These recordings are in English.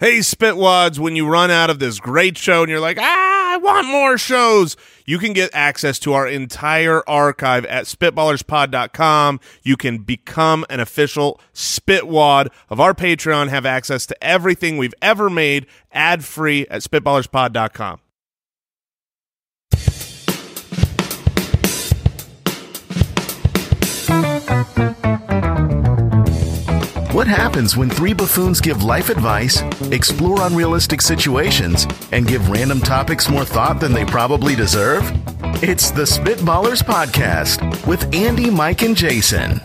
Hey, Spitwads, when you run out of this great show and you're like, ah, I want more shows, you can get access to our entire archive at spitballerspod.com. You can become an official Spitwad of our Patreon, have access to everything we've ever made ad free at spitballerspod.com. What happens when three buffoons give life advice, explore unrealistic situations, and give random topics more thought than they probably deserve? It's the Spitballers Podcast with Andy, Mike, and Jason.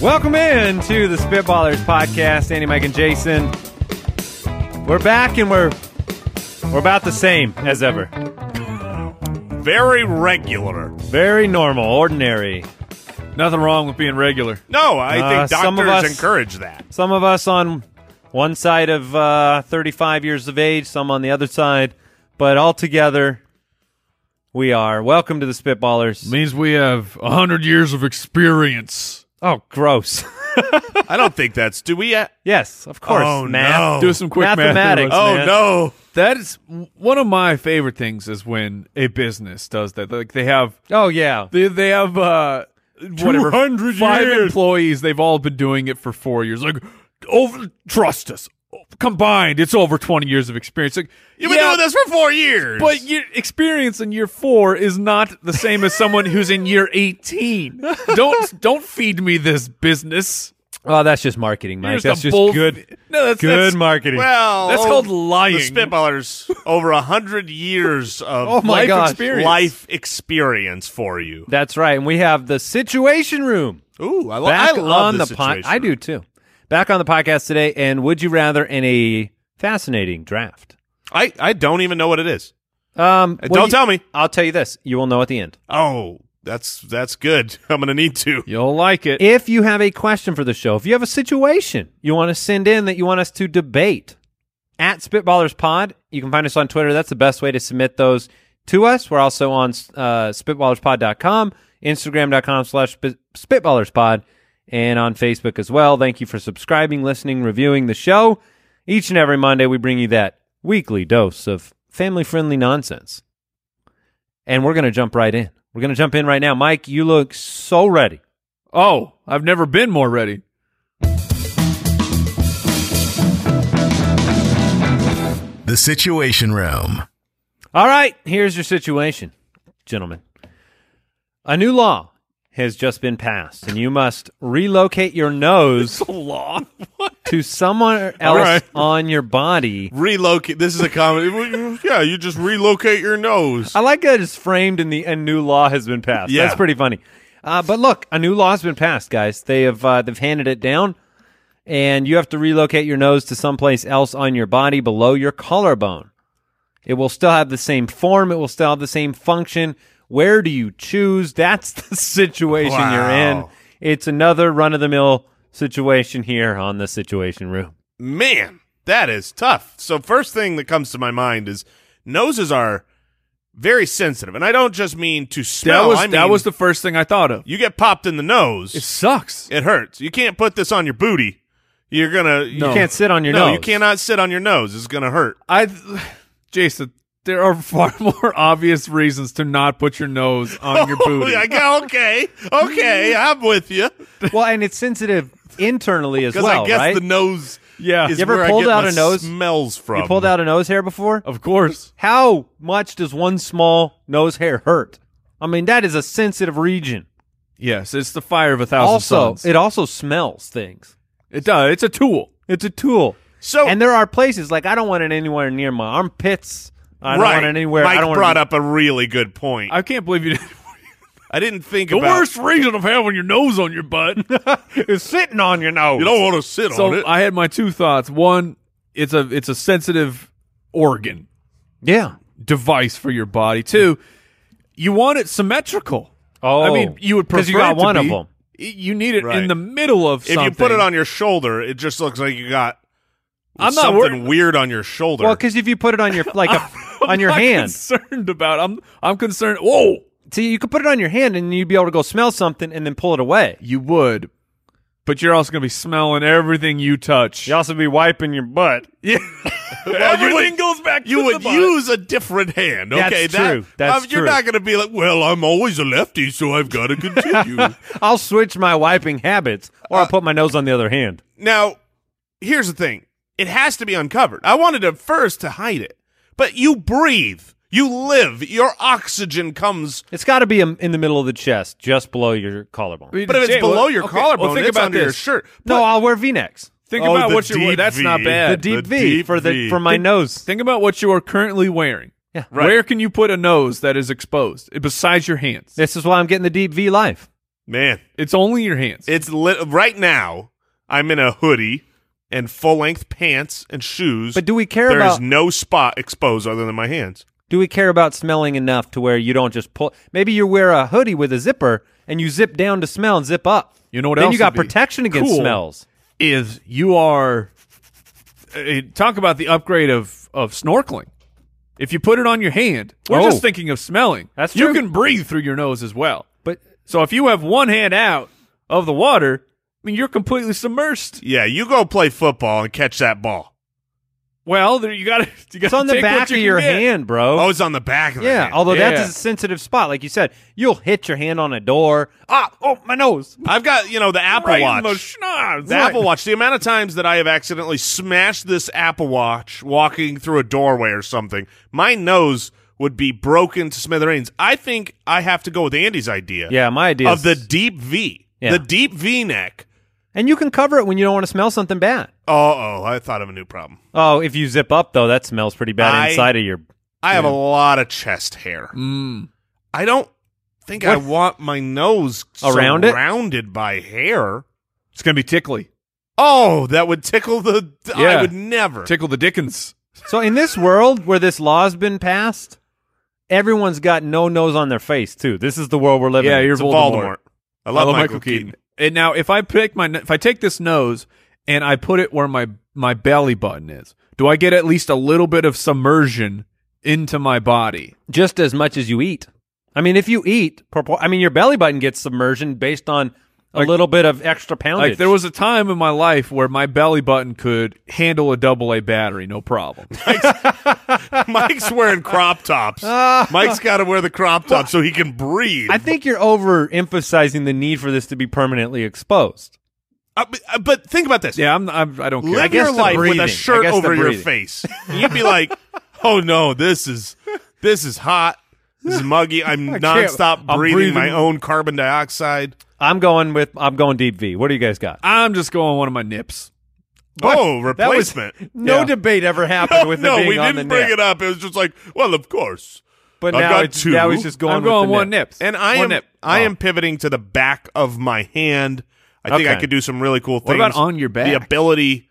Welcome in to the Spitballers podcast. Andy, Mike, and Jason. We're back, and we're we're about the same as ever. Very regular. Very normal, ordinary. Nothing wrong with being regular. No, I Uh, think doctors some of us- encourage that. Some of us on one side of uh, 35 years of age, some on the other side, but all together, we are. Welcome to the Spitballers. Means we have a hundred years of experience. Oh, gross. I don't think that's. Do we? uh, yes, of course. Oh, no. math. Do some quick math there, mathematics. Russ. oh, man. no. Uh, That is one of my favorite things is when a business does that. Like they have Oh yeah. they they have uh whatever 200 five years. employees. They've all been doing it for four years. Like over trust us. Combined, it's over twenty years of experience. Like, You've been yeah, doing this for four years. But your experience in year four is not the same as someone who's in year eighteen. Don't don't feed me this business. Oh, that's just marketing, Mike. Here's that's the just bull- good. No, that's good that's- marketing. Well, That's oh, called lying. The Spitballers over a hundred years of Oh, my life, gosh. experience. life experience for you. that's right. And we have the Situation Room Ooh, I, lo- back I love on the pod. I do too. Back on the podcast today, and would you rather in a fascinating draft? I, I don't even know what it is. Um, Uh, well, don't you- tell me. I'll tell you this: you will know at the end. Oh, that's that's good. I'm gonna need to. You'll like it. If you have a question for the show, if you have a situation you want to send in that you want us to debate, at Spitballers Pod, you can find us on Twitter. That's the best way to submit those to us. We're also on uh, SpitballersPod.com, Instagram.com slash spit- SpitballersPod, and on Facebook as well. Thank you for subscribing, listening, reviewing the show. Each and every Monday, we bring you that weekly dose of family friendly nonsense. And we're going to jump right in. We're going to jump in right now. Mike, you look so ready. Oh, I've never been more ready. The Situation Room. All right, here's your situation, gentlemen. A new law has just been passed, and you must relocate your nose Law. to somewhere else right. on your body. Relocate. This is a comedy. yeah, you just relocate your nose. I like that it's framed in the a new law has been passed. Yeah. That's pretty funny. Uh, but look, a new law has been passed, guys. They have uh, they've handed it down, and you have to relocate your nose to someplace else on your body below your collarbone. It will still have the same form. It will still have the same function. Where do you choose? That's the situation you're in. Wow. It's another run of the mill situation here on the Situation Room. Man, that is tough. So first thing that comes to my mind is noses are very sensitive, and I don't just mean to That smell. was I mean, that was the first thing I thought of. you get popped in the nose. It sucks. It hurts. You can't put this on your booty. You're gonna. No. You can't sit on your no, nose. you cannot sit on your nose. It's gonna hurt. I, Jason, there are far more obvious reasons to not put your nose on your booty. I go, Oh, okay, okay, I'm with you. Well, and it's sensitive internally as Because well, I guess right? the nose. Yeah. is You ever where I pulled get out my a nose? Smells from. You pulled out a nose hair before? of course. How much does one small nose hair hurt? I mean, that is a sensitive region. Yes, it's the fire of a thousand Also, suns. it also smells things. it does. It's a tool. It's a tool. So And there are places like I don't want it anywhere near my armpits. I don't right, want it anywhere. Mike I don't brought want up it, a really good point. I can't believe you. didn't. I didn't think The about worst reason of having your nose on your butt. It's sitting on your nose. You don't want to sit on so uh, it. I had my two thoughts. One, it's a it's a sensitive organ yeah. device for your body. Two, you want it symmetrical. Oh. I mean, you would prefer 'Cause you got it to one of be- them. y- You need it Right. in the middle of if something. you put it on your shoulder, it just looks like you got I'm not something worried. weird on your shoulder. Well, because if you put it on your like a, I'm on your not hand, Concerned about. I'm I'm concerned. Whoa, see, you could put it on your hand and you'd be able to go smell something and then pull it away. you would, but you're also gonna be smelling everything you touch. also be wiping your butt. Yeah. you everything would- goes back. you to would the butt. use a different hand. That's Okay, that- true. That's I'm- you're true. not going to be like, well, I'm always a lefty, so I've got to continue. I'll switch my wiping habits, or I'll put my nose on the other hand. now, here's the thing: it has to be uncovered. I wanted at first to hide it, but you breathe, you live, your oxygen comes. It's got to be um, in the middle of the chest, just below your collarbone. mean, But if it's Jay, well, below your okay, collarbone, well, think it's about under your this. shirt. no, I'll wear V-necks. Think Oh, about the what you're wearing. deep That's not V. bad. The deep the V deep for the V. for my nose. Think about what you are currently wearing. Yeah. Where can you put a nose that is exposed eh, besides your hands? This is why I'm getting the deep V life. Man, It's only your hands. it's lit right now. I'm in a hoodie and full length pants and shoes. But do we care There is about no spot exposed other than my hands. do we care about smelling enough to where you don't just pull? Maybe you wear a hoodie with a zipper and you zip down to smell and zip up. You know what Then else you got would be protection against cool? smells. is you are eh, talk about the upgrade of of snorkeling. If you put it on your hand, we're Oh. just thinking of smelling. That's you true. can breathe through your nose as well. But So if you have one hand out of the water, I mean you're completely submersed. Yeah, you go play football and catch that ball. Well, there you got to. You got it's on the back of your hand, bro. Oh, it's on the back of the yeah, hand. although Yeah. that's a sensitive spot, like you said. You'll hit your hand on a door. Ah, oh my nose. I've got, you know, the Apple Watch. the Apple Watch. The amount of times that I have accidentally smashed this Apple Watch walking through a doorway or something, my nose would be broken to smithereens. I think I have to go with Andy's idea. Yeah, my idea Of is- the deep V. Yeah. The deep V neck. And you can cover it when you don't want to smell something bad. Uh oh, I thought of a new problem. Oh, if you zip up though, that smells pretty bad I- inside of your. I have a lot of chest hair. I don't think I Mm. What- want my nose Around it? surrounded by hair. It's gonna be tickly. Oh, that would tickle the. I Yeah. would never. Tickle the Dickens. So in this world where this law's been passed, everyone's got no nose on their face too. This is the world we're living. Yeah, in. you're It's a Voldemort. Voldemort. I love, Michael, Keaton. And now, if I pick my, if I take this nose and I put it where my my belly button is, do I get at least a little bit of submersion into my body? just as much as you eat. I mean, if you eat, propor- I mean, your belly button gets submersion based on a little bit of extra poundage. Like there was a time in my life where my belly button could handle a double A battery, no problem. Mike's wearing crop tops. Mike's got to wear the crop top so he can breathe. I think you're overemphasizing the need for this to be permanently exposed. Uh, but, uh, but think about this. yeah, I'm, I'm I don't care. Live guess your the life with breathing. a I shirt guess the over your breathing. face. You'd be like, "Oh no, this is this is hot. This is muggy. I'm nonstop I'm breathing, my breathing- own carbon dioxide." I'm going with I'm going deep V. What do you guys got? I'm just going one of my nips. Oh, replacement. No Yeah. debate ever happened no, with no, it being we on didn't the bring net. it up. It was just like, well, of course. But I've now got it's, two. now he's just going. I'm with going the one net. nips. And I One am nip. I Oh. am pivoting to the back of my hand. I think I Okay. could do some really cool What things. about on your The back? ability.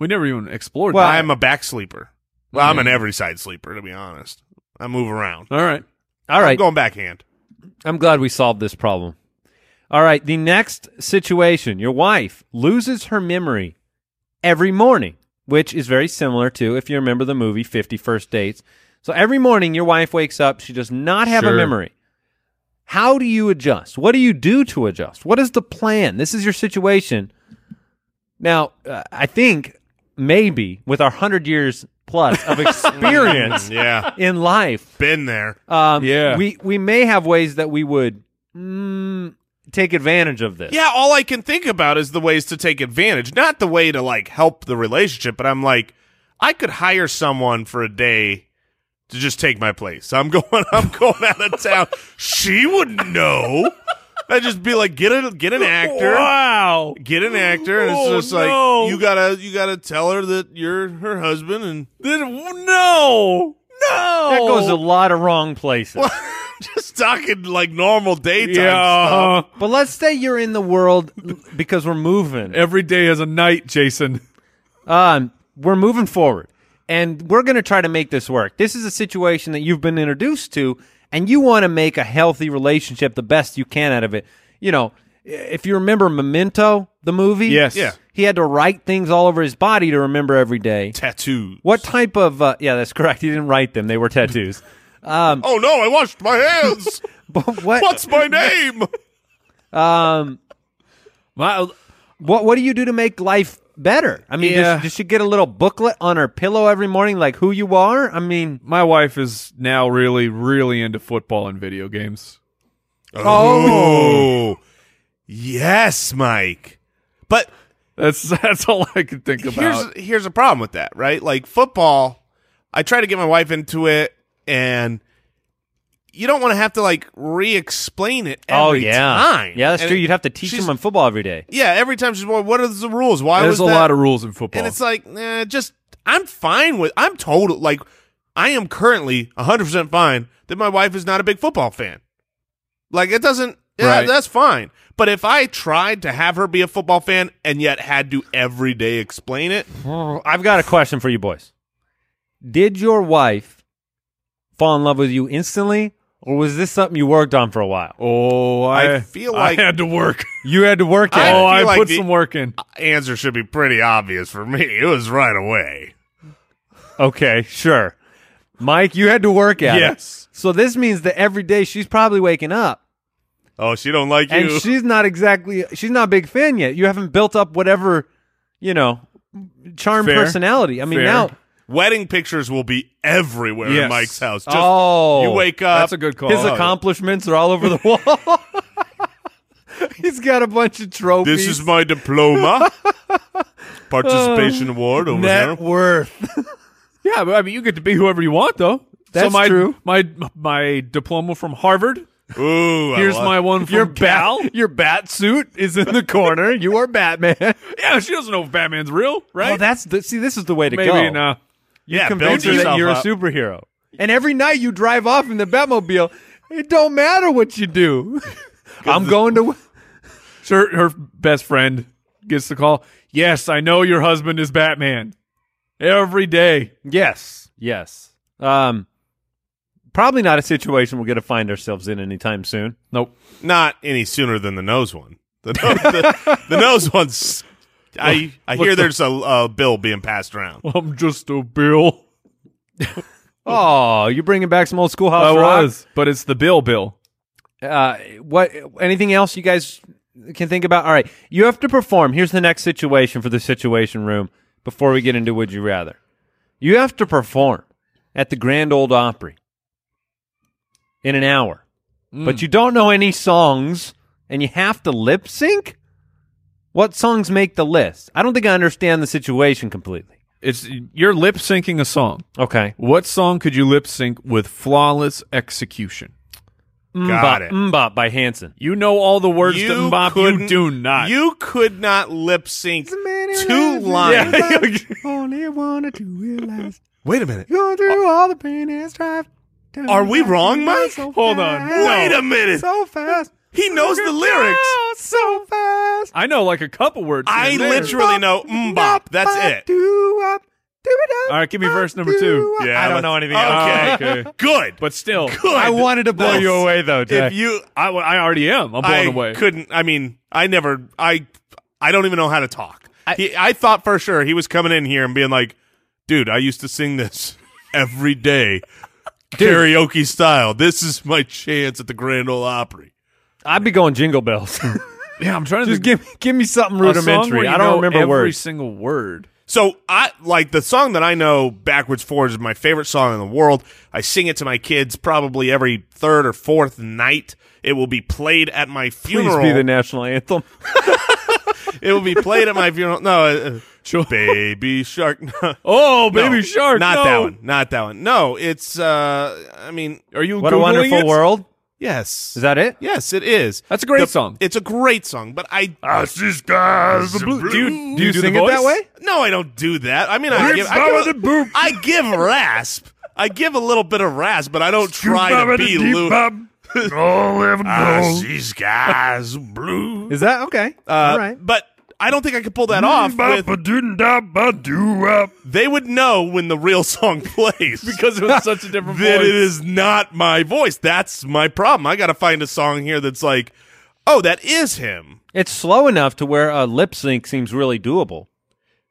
We never even explored. Well, that. I'm a back sleeper. Well, I'm an Mm. every side sleeper, to be honest. I move around. all right. All I'm right, going backhand. I'm glad we solved this problem. All right, the next situation your wife loses her memory every morning, which is very similar to if you remember the movie 51st Dates. So every morning your wife wakes up, she does not have a Sure. memory. How do you adjust? What do you do to adjust? What is the plan? This is your situation. Now, uh, I think maybe with our 100 years plus of experience Yeah. in life, Been there. Uh, um, Yeah. we we may have ways that we would mm, take advantage of this. Yeah, all I can think about is the ways to take advantage, not the way to like help the relationship, but I'm like, I could hire someone for a day to just take my place. I'm going I'm going out of town. She wouldn't know. I'd just be like, get a get an actor. Wow. Get an actor, and it's Oh, just no. like you gotta you gotta tell her that you're her husband and This- no. No. that goes a lot of wrong places. just talking like normal daytime stuff. Yeah. But let's say you're in the world because we're moving. Every day is a night, Jason. Um, we're moving forward, and we're going to try to make this work. This is a situation that you've been introduced to, and you want to make a healthy relationship the best you can out of it. You know, if you remember Memento, the movie, Yes. Yeah. he had to write things all over his body to remember every day. Tattoos. What type of? Uh, yeah, that's correct. He didn't write them; they were tattoos. Oh no, I washed my hands. but what? What's my name? Wow. what what do you do to make life better? I mean, Yeah. does, does she get a little booklet on her pillow every morning, like who you are? I mean, My wife is now really, really into football and video games. Oh. Yes, Mike. But That's that's all I can think about. here's here's a problem with that, right? Like football, I try to get my wife into it, and you don't want to have to like re-explain it. oh every yeah, time. yeah, that's And true. it- You'd have to teach she's- them on football every day. Yeah, every time she's well, what are the rules? Why There's was a that? lot of rules in football. and it's like, nah, just I'm fine with. I'm total like I am currently 100 percent fine that my wife is not a big football fan. Like it doesn't. Yeah, Right. that's fine. But if I tried to have her be a football fan and yet had to every day explain it, I've got a question for you boys. Did your wife fall in love with you instantly, or was this something you worked on for a while? oh, I, I feel like- I had to work. You had to work I oh, feel I like put the- some work in. answer should be pretty obvious for me. It was right away. Okay, sure. Mike, you had to work at it. Yes. So this means that every day she's probably waking up Oh, she don't like and you. she's not exactly she's not a big fan yet. You haven't built up whatever, you know, charm Fair. personality. I mean, Fair. now Wedding pictures will be everywhere in Yes. Mike's house. Just, Oh. you wake up. uh, That's a good call. his accomplishments are all over the wall. He's got a bunch of trophies. This is my diploma, participation award over there. net worth. yeah, but I mean, you get to be whoever you want, though. That's so my, true. My my diploma from Harvard. Ooh, I Here's like- my one from Oh, uh, Your Cal. bat, your bat suit is in the corner. You are Batman. yeah, she doesn't know if Batman's real, right? Oh, that's the, see. This is the way to Maybe go. nah. yeah, Convince build her that yourself you're up. a superhero. And every night you drive off in the Batmobile. It don't matter what you do. I'm going to. Sure, her best friend gets the call. Yes, I know your husband is Batman. Every day. Yes. Yes. Um, probably not a situation we're going to find ourselves in anytime soon. Nope. Not any sooner than the nose one. The nose, the, the nose one's. I I hear there's a, a bill being passed around. I'm just a bill. Oh, you're bringing back some old schoolhouse I rock. was, but it's the bill bill. Uh, what? Anything else you guys can think about? All right, you have to perform. Here's the next situation for the situation room before we get into would you rather. You have to perform at the Grand Old Opry in an hour, but you don't know any songs, and you have to lip sync. What songs make the list? I don't think I understand the situation completely. It's you're lip syncing a song. Okay, What song could you lip sync with flawless execution? Mm, Got it. Mbop by Hanson. You know all the words to You Mbop. couldn't- You do not. You could not lip sync two lines. yeah. Only one or two realize. Wait a minute. Going through all the pain and strife. Are we wrong, Mike? Hold on. No. Wait a minute. So fast. He knows the lyrics. so fast. I know like a couple words. I here and there. literally know mbop. That's it. All right, give me verse number two. Yeah, I let's- don't know anything Okay. else. Okay. Good. But still, Good. I wanted to blow That's- you away, though, Jack. If you, I, I already am. I'm blown I away. couldn't. I mean, I never. I I don't even know how to talk. I, he, I thought for sure he was coming in here and being like, "Dude, I used to sing this every day, karaoke style. This is my chance at the Grand Ole Opry." I'd be going jingle bells. yeah, I'm trying to Just give think- me, give me something a song where rudimentary. you I don't know remember every words. single word. So I like the song that I know backwards forwards is my favorite song in the world. I sing it to my kids probably every third or fourth night. It will be played at my Please funeral. be the national anthem. it will be played at my funeral. No, uh, baby shark. No. Oh, No, baby shark! Not no. that one. Not that one. No, it's. uh I mean, Are you What a Googling wonderful it? world. yes. Is that it? Yes, it is. That's a great The- song. It's a great song, but I. this guy's the blue- Do you, do you do the sing it that voice? way? no, I don't do that. I mean, I Rip give. power I the give, boop. I give rasp. I give a little bit of rasp, but I don't try to be Lou. Ah, these guys blue. Is that okay? Uh, All right. But I don't think I could pull that off. With, they would know when the real song plays because it was such a different that it voice. is not my voice. That's my problem. I got to find a song here that's like, oh, that is him. It's slow enough to where a lip sync seems really doable.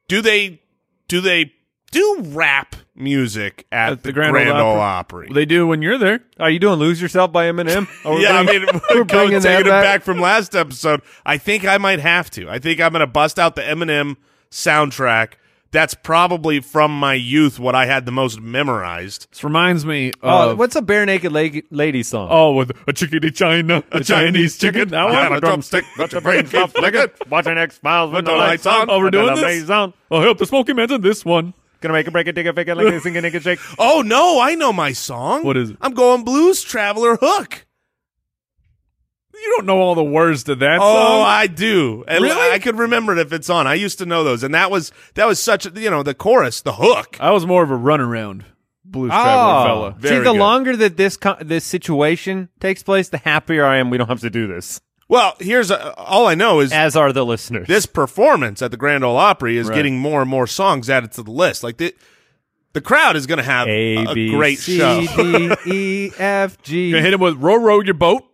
Do they? Do they? Do rap music at, the, Grand, Ole Opry? They do when you're there. Are you doing "Lose Yourself" by Eminem? Or yeah, I mean, we're going bringing taking that it back. back from last episode. I think I might have to. I think I'm going to bust out the Eminem soundtrack. That's probably from my youth what I had the most memorized. This reminds me Oh, of what's a bare naked lady, lady song? Oh, with a chickadee China, a, Chinese chicken. I want got a drumstick, but your brain can't flick it. Watching X Files with the lights on. Oh, we're doing Another this? bass on. I'll help the smoky man to this one. Gonna make a break it, take a fake it, like a sink it, naked shake. Oh no, I know my song. What is it? I'm going blues traveler hook. You don't know all the words to that Oh, song. I do. And Really? I could remember it if it's on. I used to know those, and that was that was such a, you know the chorus, the hook. I was more of a runaround blues traveler Oh, fella. Very see, the good. longer that this co- this situation takes place, the happier I am. We don't have to do this, Well, here's a, all I know is as are the listeners. this performance at the Grand Ole Opry is getting more and more songs added to the list. Like the the crowd is going to have A a B great C, show. D, E, F, G. You hit him with row row your boat,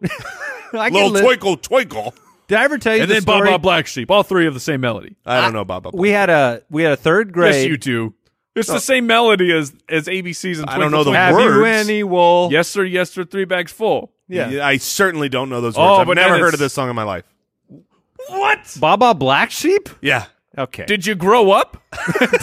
I can Little li- twinkle twinkle. Did I ever tell you and the then Bob story? Bob Black Sheep. All three of the same melody. I don't know about We had a we had a third grade. Yes, you do. It's the same melody as as ABC's and I don't Twinkle, know the Twinkle. Have you words. any wool? Yes sir, yes sir. Three bags full. Yeah, I certainly don't know those words. Oh, I've but never then heard it's- of this song in my life. What? Baba Black Sheep. Yeah. Oh! Okay. Did you grow up?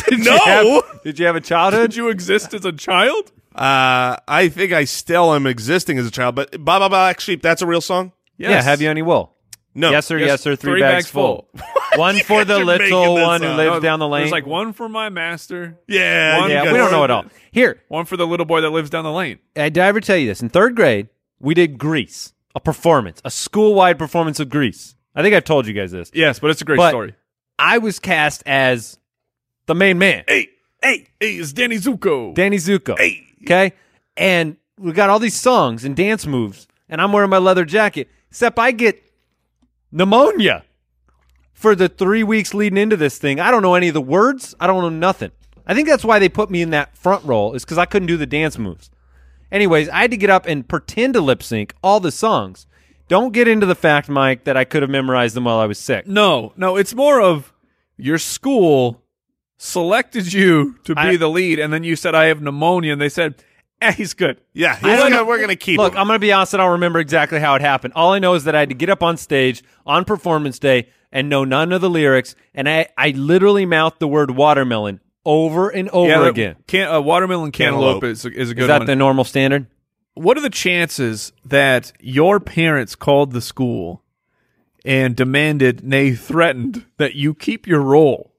no. Did you have a childhood? Did you exist as a child? Uh, I think I still am existing as a child, but Ba Ba Black Sheep, that's a real song? Yeah. Have you any wool? No. Yes, sir. Yes, Yes, sir. Three, three bags, bags full. full. one for the You're making little this one who up. lives No, down the lane. There's like one for my master, Yeah. One- you yeah, guys- we don't know it all. Here, one for the little boy that lives down the lane. uh, did I ever tell you this? In third grade, we did Grease, a performance, a school-wide performance of Grease. I think I've told you guys this. Yes, but it's a great But- story. I was cast as the main man, Hey, hey, hey, it's Danny Zuko. Danny Zuko. Okay, and we got all these songs and dance moves, and I'm wearing my leather jacket. Except I get pneumonia for the three weeks leading into this thing. I don't know any of the words. I don't know nothing. I think that's why they put me in that front roll is because I couldn't do the dance moves. Anyways, I had to get up and pretend to lip sync all the songs. Don't get into the fact, Mike, that I could have memorized them while I was sick. no, no, it's more of your school selected you to be I- the lead, and then you said I have pneumonia, and they said, eh, he's good. Yeah. he's I don't gonna- know- we're going to keep Look, him. I'm going to be honest. I don't remember exactly how it happened. All I know is that I had to get up on stage on performance day and know none of the lyrics, and I, I literally mouthed the word watermelon over and over that- again. Can, uh, watermelon cantaloupe, Cantaloupe. Is, is a good Is that one. the normal standard? what are the chances that your parents called the school and demanded, nay, threatened that you keep your role,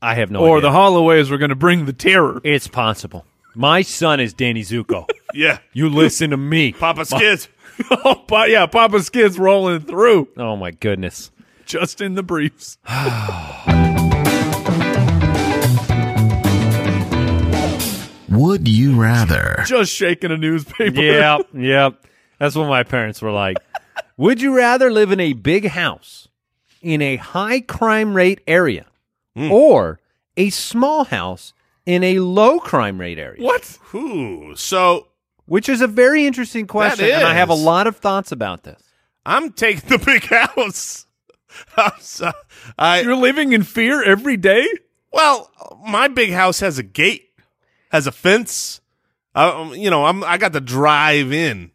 I have no or idea. the Holloways were going to bring the terror? it's possible. My son is Danny Zuko. yeah. you listen to me. Papa Skids. oh, pa- yeah, Papa Skid's rolling through, Oh my goodness. just in the briefs. Would you rather? just shaking a newspaper. Yep, yep. That's what my parents were like. Would you rather live in a big house in a high crime rate area Hmm. or a small house in a low crime rate area? What? Ooh. So Which is a very interesting question, and I have a is. lot of thoughts about this. I'm taking the big house. I'm so- I, You're living in fear every day? Well, my big house has a gate, has a fence. Uh, you know, I'm I got to drive in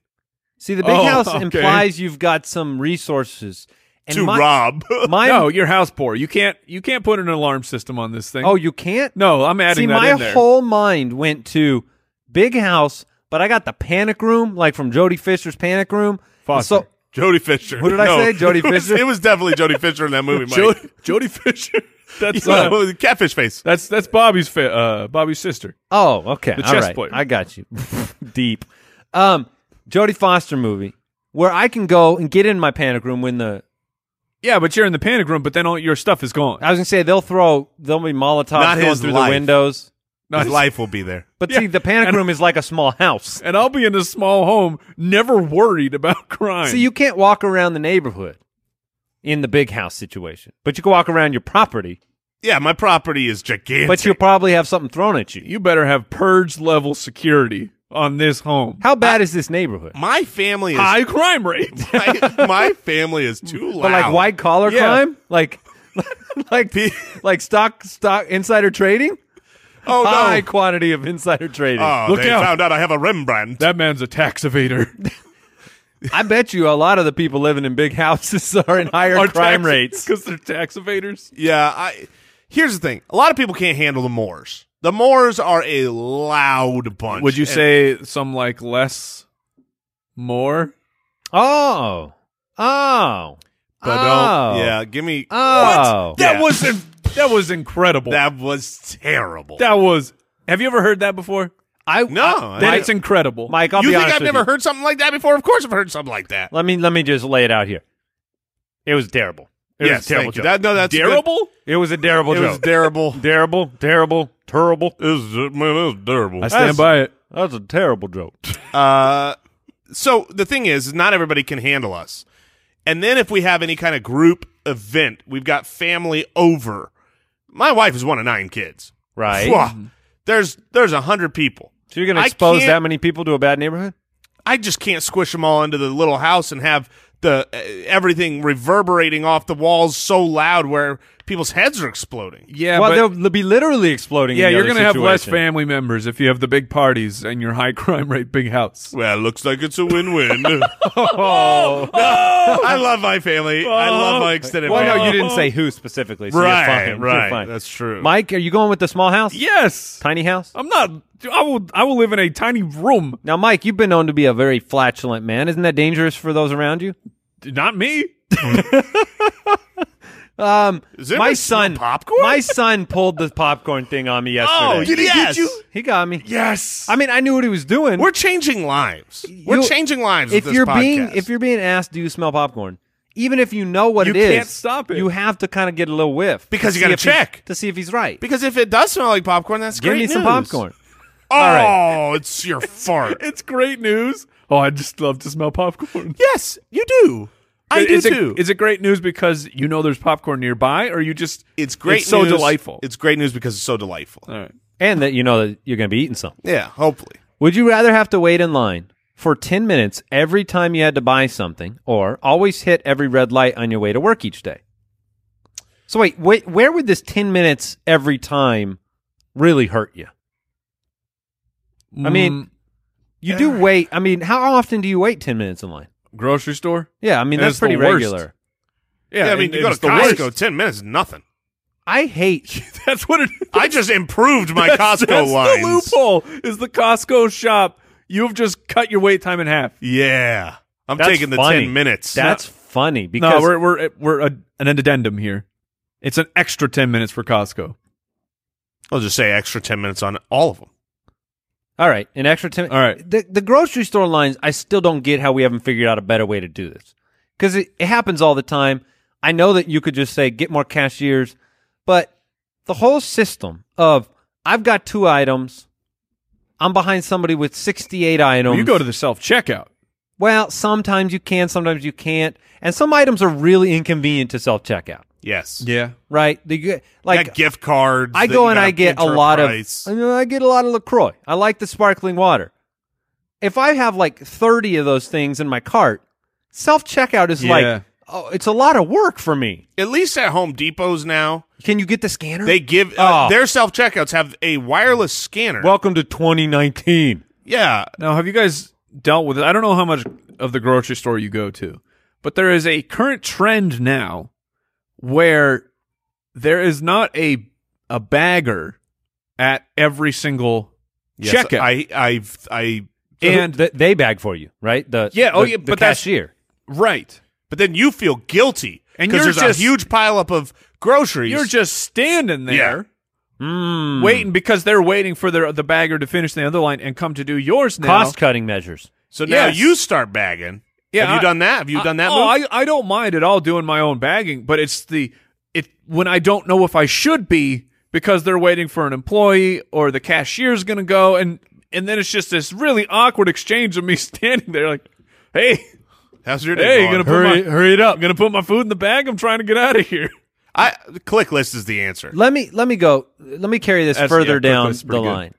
See, the big Oh, house okay. implies you've got some resources. And to my, rob. my- no, you're house poor. You can't you can't put an alarm system on this thing. oh, you can't. no, I'm adding See, that my in there. whole mind went to big house, but I got the panic room, like from Jodie Fisher's Panic Room. And Foster. So Jody Fisher. What did I say? it Jodie was- Fisher? It was definitely Jody Fisher in that movie. Mike. Jody, Jody Fisher. That's Yeah, uh, what was it? catfish face. that's that's Bobby's fa- uh, Bobby's sister. Oh, okay. The All chess right. player. I got you. Deep. Um, Jodie Foster movie where I can go and get in my panic room when the Yeah, but you're in the panic room, but then all your stuff is gone. I was gonna say they'll throw they'll be Molotovs Not going his through the life. windows. Nice. His life will be there. But Yeah. see, the panic And- room is like a small house. And I'll be in a small home, never worried about crime. So you can't walk around the neighborhood in the big house situation, but you can walk around your property. Yeah, my property is gigantic. But you'll probably have something thrown at you. you better have purge level security on this home. How bad is this neighborhood? my family is High crime rate. my, my family is too loud. But like white collar Yeah. crime, like like like stock stock insider trading, oh no! high quantity of insider trading. oh, Look they out. found out I have a Rembrandt. that man's a tax evader. I bet you a lot of the people living in big houses are in higher crime rates. because they're tax evaders. yeah, I. Here's the thing: a lot of people can't handle the Moors. The Moors are a loud bunch. Would you And- say some like less, more? Oh, oh, But oh, don't. Yeah, give me. oh. What? That Yeah. was in- that was incredible. That, That was terrible. was. Have you ever heard that before? I No, I- Then I- it's incredible. Mike, I'll you be think honest I've with never you. heard something like that before? Of course, I've heard something like that. Let me let me just lay it out here. It was terrible. It yes, was a terrible. thank you. joke. That, no, that's a good- terrible. It was a terrible It joke. was terrible. terrible, terrible, terrible. It was, man, it was terrible. I stand by it. That's a terrible joke. Uh, so the thing is, not everybody can handle us. And then if we have any kind of group event, we've got family over. My wife is one of nine kids. Right. Mm-hmm. Pwah. There's there's a hundred people. So you're going to I expose can't- that many people to a bad neighborhood? I just can't squish them all into the little house and have the uh, everything reverberating off the walls so loud where people's heads are exploding. Yeah, well, they'll li- be literally exploding. yeah, in the you're other gonna have less situation. family members if you have the big parties and your high crime rate big house. Well, looks like it's a win-win. I love my family. I love my extended Oh. Well, family. no, you didn't say who specifically. So Right, you're fine. right. You're fine. That's true. Oh. Mike, are you going with the small house? Yes, Tiny house? I'm not. I will. I will live in a tiny room. Now, Mike, you've been known to be a very flatulent man. Isn't that dangerous for those around you? Not me. Does anybody my smell son, popcorn? my son pulled the popcorn thing on me yesterday. Oh, did he get you? He got me. Yes. I mean, I knew what he was doing. We're changing lives. We're You'll- changing lives. with if this you're podcast. being if you're being asked, do you smell popcorn? Even if you know what You it is, can't stop it. You have to kind of get a little whiff Because to you gotta see if he's- check. to see if he's right. because if it does smell like popcorn, that's Give great me some news. popcorn. Oh, right. it's your fart. it's great news. Oh, I just love to smell popcorn. yes, you do. I do is it, too. Is it great news because you know there's popcorn nearby, or you just it's great. It's so news. delightful. It's great news because it's so delightful. all right. And that you know that you're going to be eating something. Yeah, hopefully. Would you rather have to wait in line for 10 minutes every time you had to buy something or always hit every red light on your way to work each day? So wait, wait where would this 10 minutes every time really hurt you? I mean, you do wait. I mean, how often do you wait 10 minutes in line? grocery store. Yeah, I mean, And that's it's the pretty worst. regular. Yeah, I mean, and you go to it's the worst. Costco. Ten minutes, is nothing. I hate That's what it is. I just improved my that's, Costco that's lines. the loophole. Is the Costco shop? You've just cut your wait time in half. Yeah, I'm That's taking the funny. ten minutes. That's funny No, because we're we're we're a, an addendum here. It's an extra ten minutes for Costco. I'll just say extra ten minutes on all of them. All right, an extra ten. All right. the the grocery store lines. I still don't get how we haven't figured out a better way to do this because it, it happens all the time. I know that you could just say get more cashiers, but the whole system of I've got two items, I'm behind somebody with sixty eight items. you go to the self checkout. well, sometimes you can, sometimes you can't, and some items are really inconvenient to self checkout. Yes. Yeah. Right? The, you- like Got gift cards. I that go you and gotta I get a enter lot price. of I know, I get a lot of Lacroix. I like the sparkling water. If I have like thirty of those things in my cart, self checkout is Yeah. like oh, it's a lot of work for me. At least at Home Depots now, Can you get the scanner? They give uh, Oh. their self checkouts have a wireless scanner. welcome to 2019. yeah, Now, have you guys dealt with it? I don't know how much of the grocery store you go to, but there is a current trend now where there is not a a bagger at every single Yes, checkout. I, I've, I. and Th- they bag for you, right? The Yeah, oh, the- yeah, the but that's- cashier. right, But then you feel guilty And because you're there's just- a huge pileup of groceries. you're just standing there. Yeah. Hmm. Mm. Waiting because they're waiting for their, the bagger to finish the other line and come to do yours now. cost cutting measures. so now yes. you start bagging. Yeah, have you I- done that? Have you done that? Oh, move? I, I don't mind at all doing my own bagging, but it's the it when I don't know if I should be because they're waiting for an employee or the cashier's going to go and and then it's just this really awkward exchange of me standing there like, "Hey, How's your day? hey, you going? gonna put Hurry. my, hurry it up. I'm going to put my food in the bag. I'm trying to get out of here." I the click list is the answer. Let me let me go. Let me carry this That's- further yeah, click down list is the pretty good. line.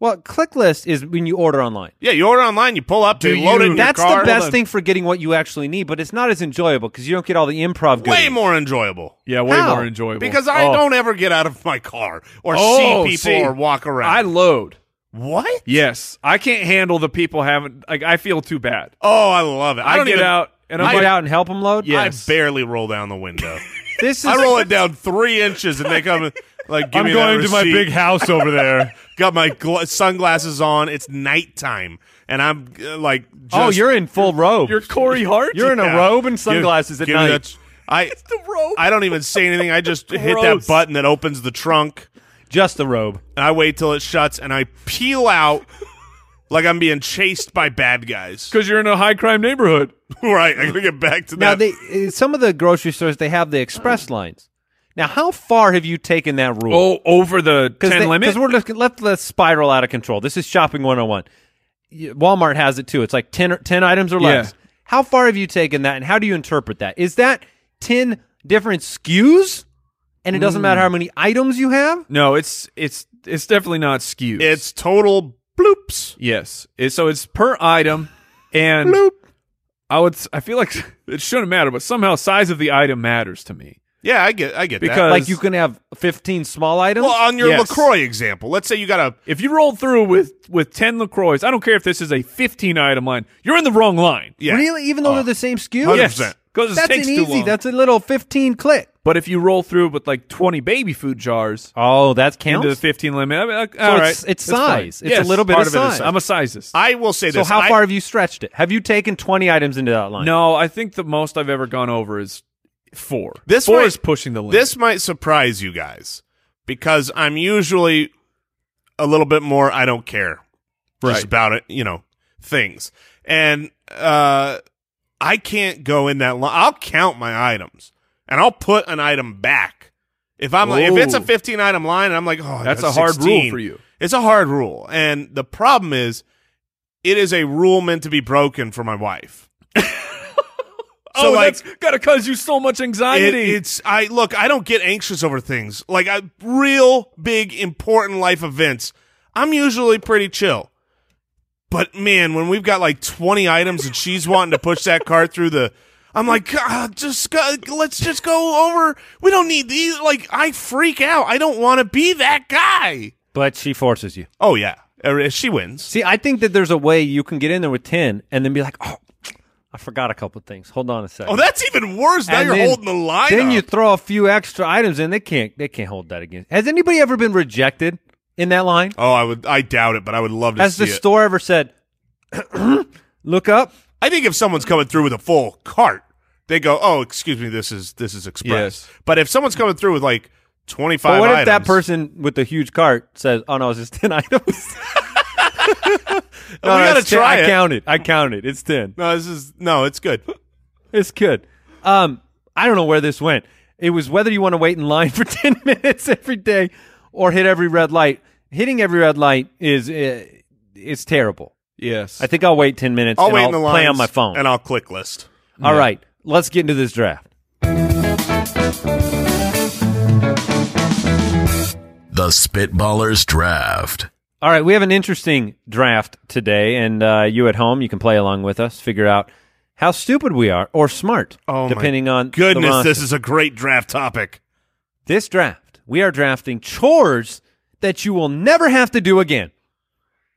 Well, click list is when you order online. Yeah, you order online, you pull up, Do they load it. you- in your That's car. the best thing for getting what you actually need, but it's not as enjoyable because you don't get all the improv. Way goodies. more enjoyable. Yeah, way How? more enjoyable. Because I Oh. don't ever get out of my car or Oh, see people see. or walk I around. load. what? Yes, I can't handle the people having like I feel too bad. Oh, I love it. I, don't get even, out and You I'm get like, out and help them load. Yeah. I Yes. barely roll down the window. this is I roll it down three inches, and they come and, like give I'm me going that to my receipt. big house over there. Got my gla- sunglasses on. It's nighttime, and I'm uh, like, just, oh, you're in full robe. You're Corey Hart. You're in a Yeah. robe and Give- sunglasses at give me night. that- I the rope. I don't even say anything. I just hit that Gross. button that opens the trunk. Just the robe. and I wait till it shuts and I peel out like I'm being chased by bad guys. because you're in a high crime neighborhood. right, I gotta get back to Now, that. they, uh, some of the grocery stores they have the express lines. Now, how far have you taken that rule? Oh, over the ten they- limit. we're just, let the spiral out of control. This is shopping 101. Y- Walmart has it too. It's like 10, or- 10 items or less. Yeah. How far have you taken that and how do you interpret that? Is that 10 different SKUs and it doesn't matter Hmm. how many items you have? no, it's it's it's definitely not skewed. it's total bloops. yes. It- so it's per item, and I would s- I feel like it shouldn't matter, but somehow size of the item matters to me Yeah, I get I get because Like you can have 15 small items? that. Well, on your Yes. LaCroix example, let's say you got a if you roll through with with ten Lacroix, I don't care if this is a fifteen item line. You're in the wrong line. yeah. Really? Even though they're the same SKU? 100%. Yes, because it That's an takes too easy. long. That's a little 15 click. But if you roll through with like 20 baby food jars Oh, that counts? into the 15 limit, I mean, uh, So all it's- right, it's that's fine. size. It's a little bit part of it is size. I'm a sizist. I will say so this. how I- far have you stretched it? Have you taken 20 items into that line? no, I think the most I've ever gone over is four. This four might- is pushing the limit. this might surprise you guys because I'm usually a little bit more I don't care Right. just about it, you know, things. And uh I can't go in that line. I'll count my items and I'll put an item back. If I'm like, if it's a Ooh. 15 item line and I'm like, oh, I That's got a hard rule 16. for you. It's a hard rule. And the problem is it is a rule meant to be broken for my wife. oh, that's gotta cause you so much It- anxiety. it's I look. I don't get anxious over things like I, real big important life events. I'm usually pretty chill, but man, when we've got like 20 items and she's wanting to push that cart through the, I'm like, God, just go, let's just go over. We don't need these. Like I freak out. I don't want to be that guy. But she forces you. Oh yeah, Or if she wins. See, I think that there's a way you can get in there with 10 and then be like, oh, I forgot a couple of things. Hold on a second. Oh, that's even worse. Now And you're then- holding the line. Then you up. throw a few extra items in. They can't they can't hold that against. Has anybody ever been rejected in that line? oh, I would. I doubt it, but I would love to Has see the it. store ever said, look up? I think if someone's coming through with a full cart, they go, "Oh, excuse me, this is this is express." Yes. But if someone's coming through with like twenty But five, what if that person with the huge cart says, oh no, it's just 10 items? we gotta it's 10. try I it. counted. I counted. It's 10. No, this is no, it's good. It's good. Um, I don't know where this went. It was whether you want to wait in line for 10 minutes every day or hit every red light. Hitting every red light is uh, it's terrible. yes. I think I'll wait 10 minutes I'll and wait I'll in the line play on my phone. and I'll click list. All right, let's get into this draft. The Spitballers Draft. All right, we have an interesting draft today, and uh, you at home, you can play along with us, figure out how stupid we are or smart, Oh, my depending on the Goodness, roster. this is a great draft topic. this draft, we are drafting chores that you will never have to do again.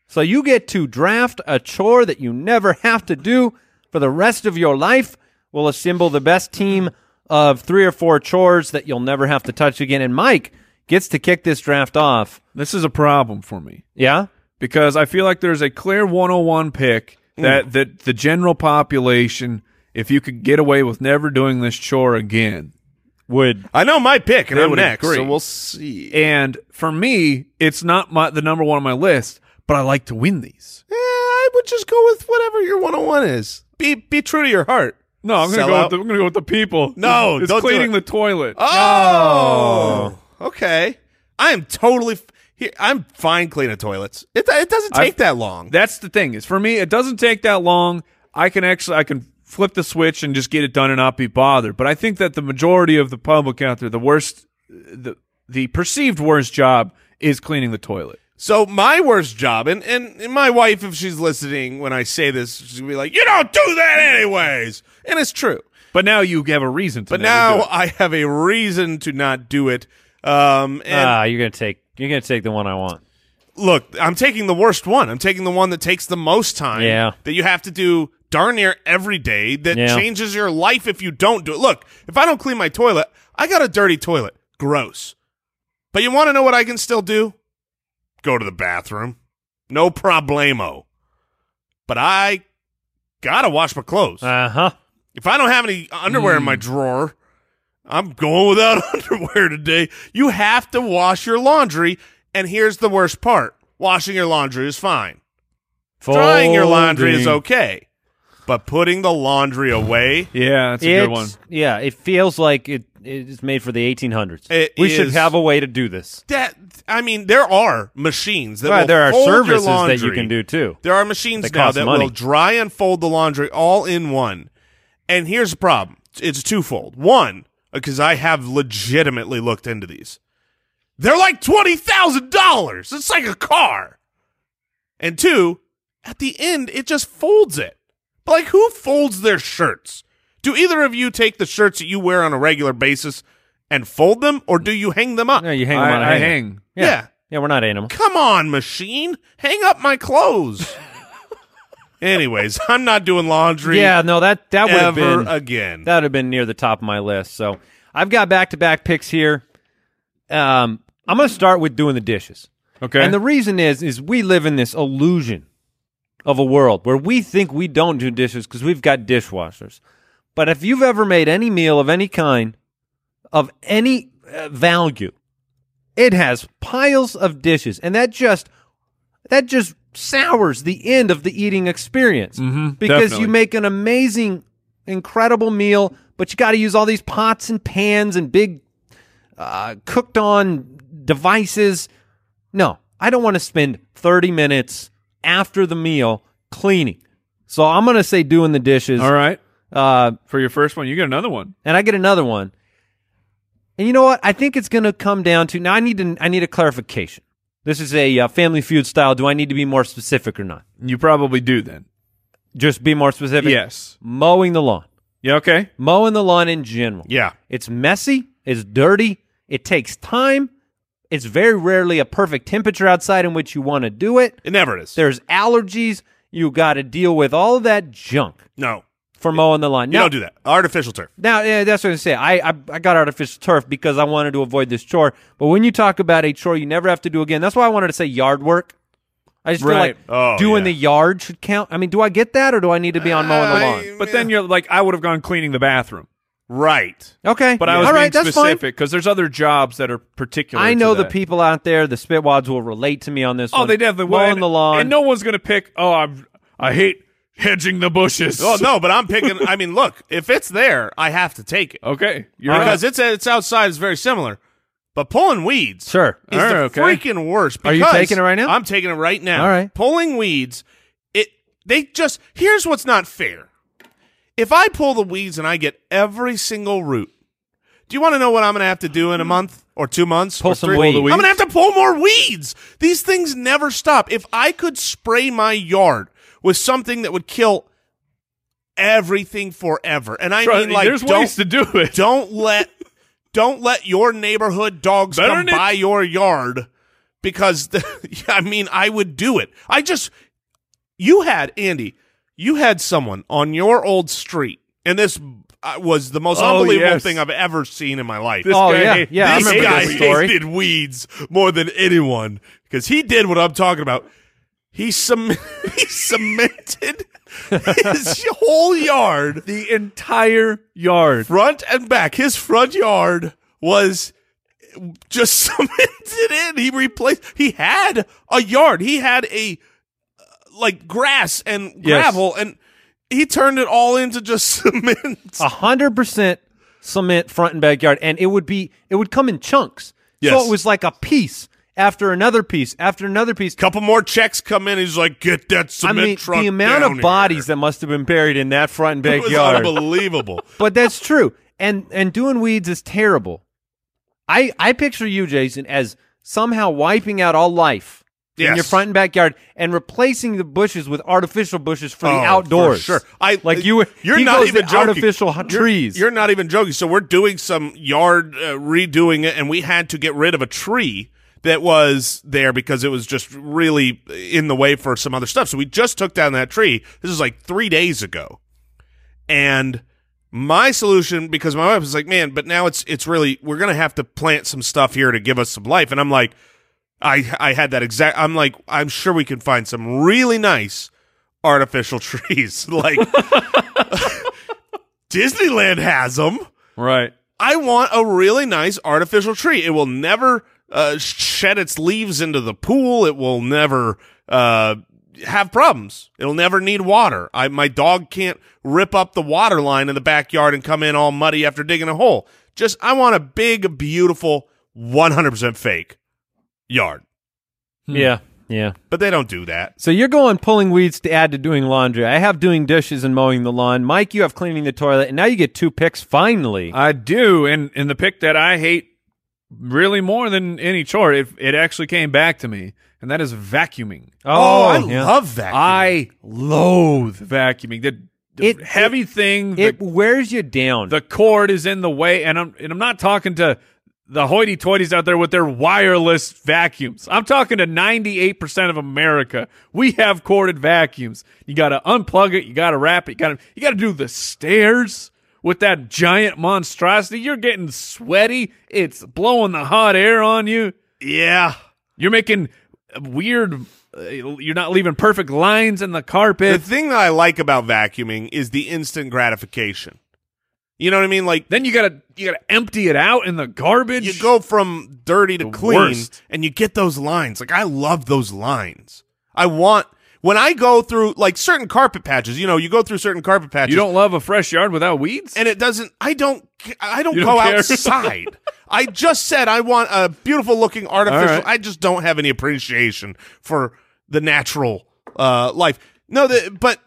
So you get to draft a chore that you never have to do for the rest of your life. We'll assemble the best team of three or four chores that you'll never have to touch again. And Mike gets to kick this draft off. this is a problem for me Yeah? because I feel like there's a clear 101 pick Mm. that, that the general population, if you could get away with never doing this chore again, Would I know my pick, and They I'm would next, agree. so we'll see. And for me, it's not my the number one on my list, but I like to win these. Eh, I would just go with whatever your one on one is. Be be true to your heart. No, I'm gonna Sell go. out. With the, I'm gonna go with the people. No, it's don't do cleaning it. the toilet. Oh, okay. I am totally. F- here- I'm fine cleaning toilets. It, it doesn't take I've- that long. That's the thing. Is for me, it doesn't take that long. I can actually I can flip the switch and just get it done and not be bothered. But I think that the majority of the public out there, the worst, the the perceived worst job is cleaning the toilet. so my worst job, and, and and my wife, if she's listening, when I say this, she'll be like, "You don't do that anyways," and it's true. But now you have a reason to. But never now do it. I have a reason to not do it. Um, and Ah, you're gonna take you're gonna take the one I want. look, I'm taking the worst one. I'm taking the one that takes the most time. Yeah. That you have to do darn near every day that Yeah. changes your life if you don't do it. Look, if I don't clean my toilet, I got a dirty toilet. Gross. But you want to know what I can still do? Go to the bathroom. No problemo. But I got to wash my clothes. Uh huh. If I don't have any underwear in my Hmm. drawer, I'm going without underwear today. You have to wash your laundry. And here's the worst part washing your laundry is fine, drying your laundry is okay. But putting the laundry away, yeah, that's a it's, good one. Yeah, it feels like it it's made for the 1800s. It we should is- have a way to do this. that, I mean, there are machines that Right, will there are fold your services that you laundry. can do too. There are machines That now cost that money. will dry and fold the laundry all in one. And here's the problem it's twofold. One, because I have legitimately looked into these, they're like $20,000. It's like a car. And two, at the end, it just folds it. But like, who folds their shirts? Do either of you take the shirts that you wear on a regular basis and fold them, or do you hang them up? No, you hang them on a I, I hanger. hang. Yeah. Yeah. yeah, we're not animal. Come on, machine. Hang up my clothes. Anyways, I'm not doing laundry Yeah, no that that would have ever been again. that would have been near the top of my list. So I've got back to back picks here. Um, I'm gonna start with doing the dishes. Okay. And the reason is, is we live in this illusion of a world where we think we don't do dishes because we've got dishwashers. But if you've ever made any meal of any kind, of any uh, value, it has piles of dishes, and that just that just sours the end of the eating experience because Mm-hmm. definitely. you make an amazing, incredible meal, but you got to use all these pots and pans and big uh, cooked on devices. No, I don't want to spend 30 minutes after the meal cleaning. So I'm going to say doing the dishes. All right. Uh, For your first one, you get another one. and I get another one. And you know what? I think it's going to come down to now. I need to, I need a clarification. This is a uh, Family Feud style. Do I need to be more specific or not? You probably do then. Just be more specific. Yes. Mowing the lawn. Yeah. Okay. Mowing the lawn in general. yeah. It's messy. It's dirty. It takes time. It's very rarely a perfect temperature outside in which you want to do it. It never is. There's allergies. You got to deal with all of that junk no. for mowing the lawn. You Now- don't do that. Artificial turf. now, yeah, that's what I say. I, I I got artificial turf because I wanted to avoid this chore. But when you talk about a chore you never have to do again, that's why I wanted to say yard work. I just feel Right. like Oh, doing yeah. the yard should count. I mean, do I get that or do I need to be on mowing the I- lawn? But then you're like, I would have gone cleaning the bathroom. Right. Okay, But I was all right. being that's fine. specific because there's other jobs that are particular. I to know the that. people out there, the spitwads will relate to me on this. Oh, one. they definitely mowing would. the lawn. and no one's gonna pick. Oh, I'm. I hate hedging the bushes. Oh no, but I'm picking. I mean, look, if it's there, I have to take it Okay, you're because right. it's it's outside is very similar. But pulling weeds, sure. is Alright, the okay. freaking worst. Are you because taking it right now? I'm taking it right now. All right. Pulling weeds, it they just here's what's not fair. If I pull the weeds and I get every single root, do you want to know what I'm going to have to do in a month or two months? Pull or some three? weeds. Pull the I'm going to have to pull more weeds. These things never stop. If I could spray my yard with something that would kill everything forever, and I Tru- mean like there's don't, ways to do it. don't let don't let your neighborhood dogs Better come than it- by your yard because the, I mean I would do it. I just you had Andy, you had someone on your old street, and this uh, was the most Oh, unbelievable yes. thing I've ever seen in my life. This Oh guy yeah, hate- yeah. I this remember guy this story. hated weeds more than anyone because he did what I'm talking about. He, cem- he cemented his whole yard the entire yard. front and back. His front yard was just cemented in. He replaced. He had a yard. He had a uh, like grass and Yes. gravel, and he turned it all into just cement. A hundred percent cement front and backyard, and it would be it would come in chunks. Yes. So it was like a piece after another piece after another piece. Couple more checks come in. He's like, get that I cement mean, truck the amount down of bodies here. that must have been buried in that front and It was backyard. unbelievable. but that's true. And and doing weeds is terrible. I I picture you, Jason, as somehow wiping out all life in Yes. your front and backyard and replacing the bushes with artificial bushes for Oh, the for outdoors. sure. I- like you. were- you're he not goes even to joking. artificial h- You're- trees. You're not even joking. So we're doing some yard uh, redoing it, and we had to get rid of a tree that was there because it was just really in the way for some other stuff. So we just took down that tree. This is like three days ago, and my solution because my wife was like, "Man, but now it's it's really we're gonna have to plant some stuff here to give us some life," and I'm like. I I had that exact. I'm like, I'm sure we can find some really nice artificial trees. like Disneyland has them. Right. I want a really nice artificial tree. It will never uh, shed its leaves into the pool. It will never uh, have problems. It'll never need water. I my dog can't rip up the water line in the backyard and come in all muddy after digging a hole. Just I want a big, beautiful, 100% fake yard. yeah, yeah. But they don't do that. So you're going pulling weeds to add to doing laundry. I have doing dishes and mowing the lawn. Mike, you have cleaning the toilet, and now you get two picks finally. I do, and and the pick that I hate really more than any chore, it it actually came back to me, and that is vacuuming. Oh, I love that. I loathe vacuuming. The, the It- heavy thing, the- It wears you down. the cord is in the way, and I'm and I'm not talking to the hoity-toities out there with their wireless vacuums. I'm talking to 98% of America. We have corded vacuums. You got to unplug it. You got to wrap it. You got to you got to do the stairs with that giant monstrosity. You're getting sweaty. It's blowing the hot air on you. yeah. You're making weird. uh, You're not leaving perfect lines in the carpet. The thing that I like about vacuuming is the instant gratification. You know what I mean? Like then you gotta you gotta empty it out in the garbage. you go from dirty to The clean worst. and you get those lines. Like I love those lines. I want when I go through like certain carpet patches, you know, you go through certain carpet patches You don't love a fresh yard without weeds? and it doesn't I don't c- I don't, You don't go care? outside. I just said I want a beautiful looking artificial. All right. I just don't have any appreciation for the natural uh life. No, the, but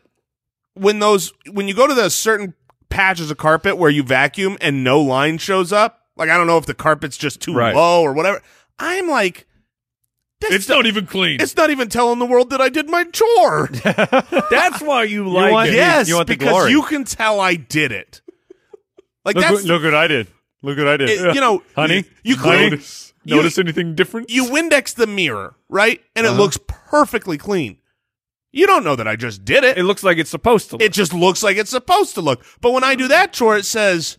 when those when you go to those certain patches of carpet where you vacuum and no line shows up, like I don't know if the carpet's just too Right. low or whatever. I'm like that's it's the- not even clean. it's not even telling the world that I did my chore. That's why you like want- it. you- yes, you want the because glory. you can tell I did it. Like that's what I did. Look what I did. It- you know, honey, you- you clean- notice, you- notice anything different? you Windex the mirror, right? And Uh-huh. it looks perfectly clean. You don't know that I just did it. it It, looks like it's supposed to. Look. just looks like it's supposed to look. But when I do that chore, it says,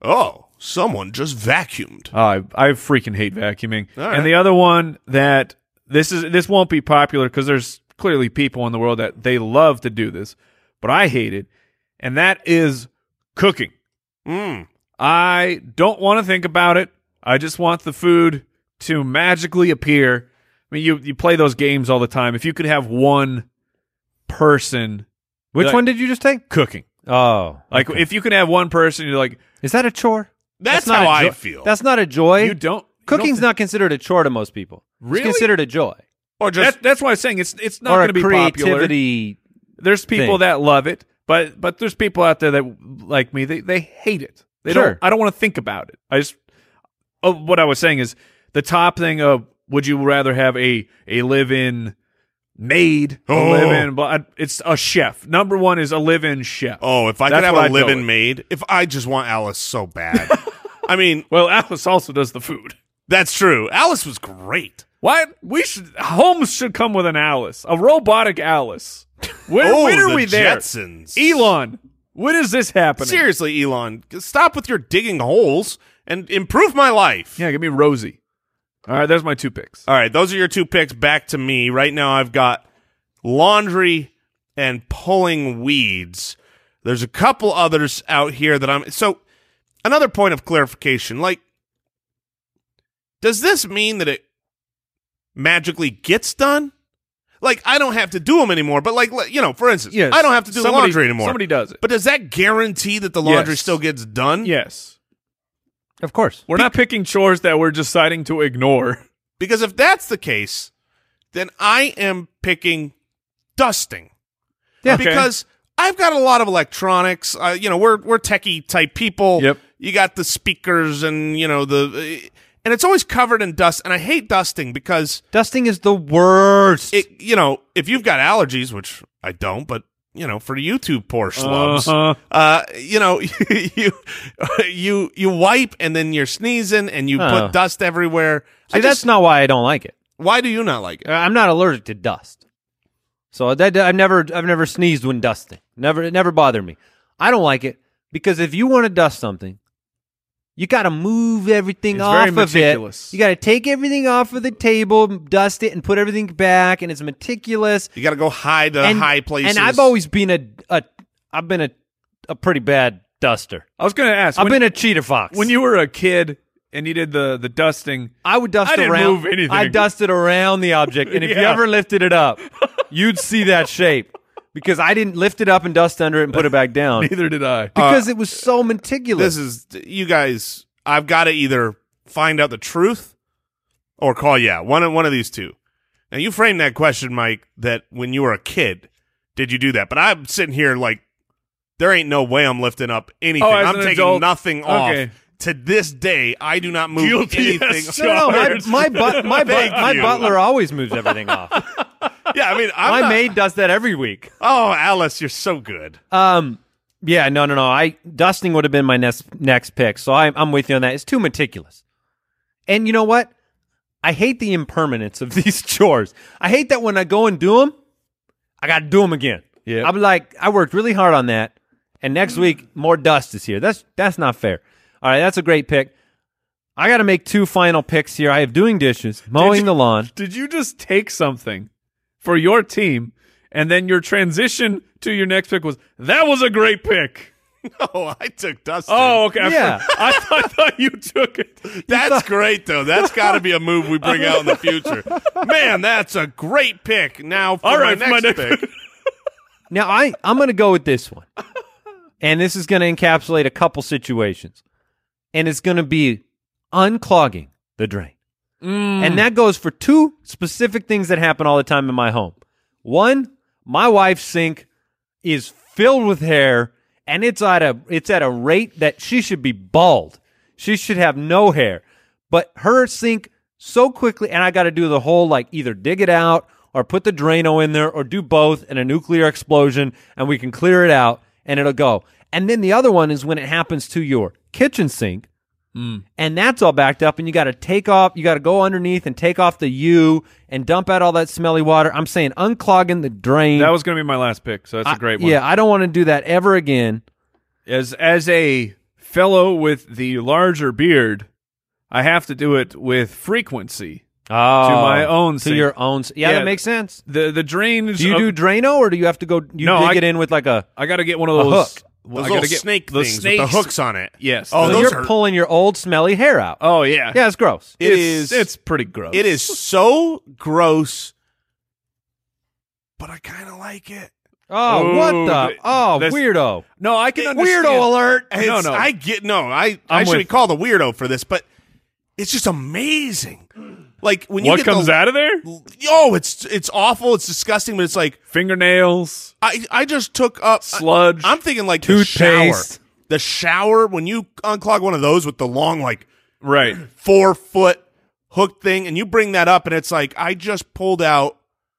"Oh, someone just vacuumed." Oh, I I freaking hate vacuuming. All right. And the other one that this is this won't be popular because there's clearly people in the world that they love to do this, but I hate it, and that is cooking. Mm. I don't want to think about it. I just want the food to magically appear. I mean, you you play those games all the time. If you could have one person Which like- one did you just take? cooking, Oh, like if you can have one person, you're like is that a chore? That's, not how a I jo- feel. That's not a joy. you don't you Cooking's don't- not considered a chore to most people. Really? It's considered a joy or just That, that's why I'm saying it's it's not or going a to be popular. creativity. There's people thing. that love it, but but there's people out there that like me. They they hate it. They Sure. don't. I don't want to think about it. I just. Oh, what I was saying is the top thing of would you rather have a a live in maid, Oh. a live in, but it's a chef. Number one is a live in chef. oh, if I That's could have what a I'd go live-in with. maid, if I just want Alice so bad. I mean, Well, Alice also does the food. that's true. Alice was great. Why we should homes should come with an Alice, a robotic Alice. When, oh, when are the we there? Jetsons. Elon, when is this happening? Seriously, Elon, stop with your digging holes and improve my life. Yeah, give me Rosie. All right, there's my two picks. All right, those are your two picks. Back to me. Right now, I've got laundry and pulling weeds. There's a couple others out here that I'm. So, another point of clarification like, does this mean that it magically gets done? Like, I don't have to do them anymore, but, like, le- you know, for instance, Yes. I don't have to do the Somebody- laundry anymore. somebody does it. But does that guarantee that the laundry Yes. still gets done? Yes. Of course. We're not picking chores that we're deciding to ignore. Because if that's the case, then I am picking dusting. Yeah. Okay. Because I've got a lot of electronics. Uh, you know, we're we're techie type people. Yep. You got the speakers and you know the, uh, and it's always covered in dust. And I hate dusting because Dusting is the worst. it. You know, if you've got allergies, which I don't, but you know, for you two poor slums, Uh-huh. uh, you know, you you you wipe and then you're sneezing and you Oh. put dust everywhere. See, I that's just, not why I don't like it. why do you not like it? Uh, I'm not allergic to dust, so that I've never I've never sneezed when dusting. Never it never bothered me. I don't like it because if you want to dust something, you got to move everything It's off very of meticulous. it. You got to take everything off of the table, dust it, and put everything back, and it's meticulous. You got to go high to high places. And I've always been a, a I've been a a pretty bad duster. I was going to ask I've when, been a cheater fox. when you were a kid and you did the the dusting. I would dust I didn't around. move anything. I dusted around the object, and if you Yeah. ever lifted it up, you'd see that shape because I didn't lift it up and dust under it and put it back down Neither did I. because it was so meticulous. this is you guys. I've got to either find out the truth or call yeah one of one of these two. Now you framed that question, Mike, that when you were a kid, did you do that? But I'm sitting here like there ain't no way I'm lifting up anything. Oh, as I'm an taking adult- nothing Okay. off. To this day, I do not move Guilty as anything. charged. no, no, my my, but, my, but, Thank my you. butler always moves everything off. yeah, I mean, I'm my not- maid does that every week. Oh, Alice, you're so good. Um, yeah, no, no, no. I dusting would have been my next next pick, so I'm I'm with you on that. It's too meticulous, and you know what? I hate the impermanence of these chores. I hate that when I go and do them, I got to do them again. Yep. I'm like, I worked really hard on that, and next week more dust is here. That's that's not fair. All right, that's a great pick. I got to make two final picks here. I have doing dishes, mowing you- the lawn. Did you just take something for your team and then your transition to your next pick was that was a great pick? Oh, I took Dustin. Oh, okay. I for- Yeah. I, thought, I thought you took it. That's great though. That's got to be a move we bring out in the future. Man, that's a great pick. Now for All my right, for my next next- pick. Now I I'm going to go with this one, and this is going to encapsulate a couple situations, and it's going to be unclogging the drain, and that goes for two specific things that happen all the time in my home. One, my wife's sink is filled with hair, and it's at a it's at a rate that she should be bald. She should have no hair, but her sink so quickly, and I got to do the whole like either dig it out or put the Drano in there or do both and a nuclear explosion, and we can clear it out and it'll go. And then the other one is when it happens to your kitchen sink and that's all backed up and you got to take off you got to go underneath and take off the u and dump out all that smelly water i'm saying unclogging the drain That was going to be my last pick, so that's a I- great one. yeah i don't want to do that ever again As as a fellow with the larger beard, I have to do it with frequency. oh, To my own to sink. your own s- yeah, Yeah. that makes sense The the drains. do you of- do drano or do you have to go you No, dig I- it in with like a I got to get one of those. hook. Those I little gotta get snake the things snakes. with the hooks on it. Yes. Oh, so those you're are. pulling your old smelly hair out Oh yeah. yeah it's gross It It's, is- It's pretty gross. it is so gross, but I kind of like it. oh Ooh, what the th- oh that's- weirdo No, I can understand. weirdo alert It's- no. I get no. I I I'm should be with- called a weirdo for this, but it's just amazing. Like when you What get the- comes out of there? Oh, it's it's awful. It's disgusting, but it's like Fingernails, I I just took up sludge. I'm thinking like Toothpaste. the shower. The shower when you unclog one of those with the long like right. four foot hook thing, and you bring that up, and it's like I just pulled out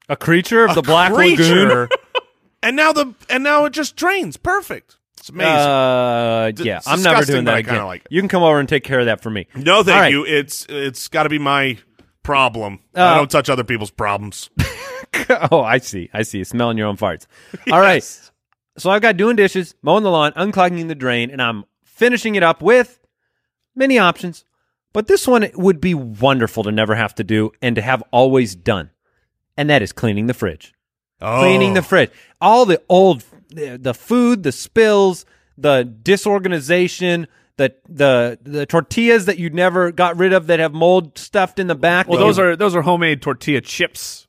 a creature of a the black lagoon creature, and now the and now it just drains. Perfect. It's amazing. Uh, D- yeah, I'm never disgusting, doing but that I kinda again. like it. You can come over and take care of that for me. no, thank All right. you. It's it's got to be my problem. I Uh, don't touch other people's problems. oh, I see. I see. Smelling your own farts. All right. So I've got doing dishes, mowing the lawn, unclogging the drain, and I'm finishing it up with many options. But this one would be wonderful to never have to do and to have always done. And that is cleaning the fridge. Oh. Cleaning the fridge. All the old the the food, the spills, the disorganization, the the the tortillas that you never got rid of that have mold stuffed in the back. Well, that those you- are those are homemade tortilla chips.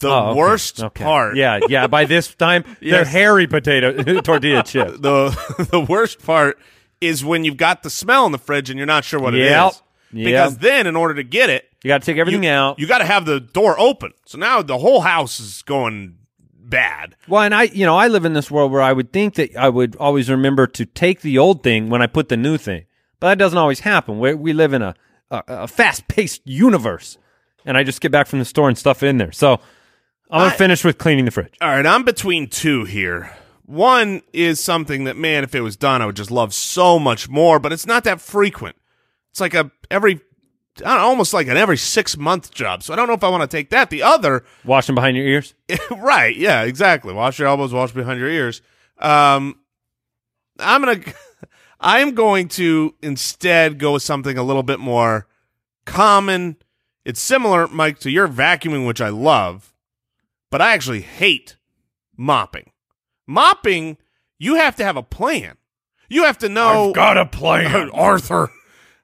the Oh, okay. worst Okay. part. Yeah, yeah. By this time, they're Yes. hairy potato tortilla chips. the the worst part is when you've got the smell in the fridge and you're not sure what Yep. it is. Because Yep. then, in order to get it, You got to take everything you, out. You got to have the door open. So now the whole house is going bad. well, and I, you know, I live in this world where I would think that I would always remember to take the old thing when I put the new thing, but that doesn't always happen. We, we live in a, a, a fast paced universe, and I just get back from the store and stuff it in there. So I'm gonna I- finish with cleaning the fridge. All right, I'm between two here. One is something that, man, if it was done, I would just love so much more, but it's not that frequent. It's like a every, I don't know, almost like an every six month job. So I don't know if I want to take that. The other, Washing behind your ears. right? Yeah, exactly. Wash your elbows, wash behind your ears. Um, I'm gonna, I am going to instead go with something a little bit more common. It's similar, Mike, to your vacuuming, which I love, but I actually hate mopping. Mopping, you have to have a plan. You have to know. a plan, Arthur.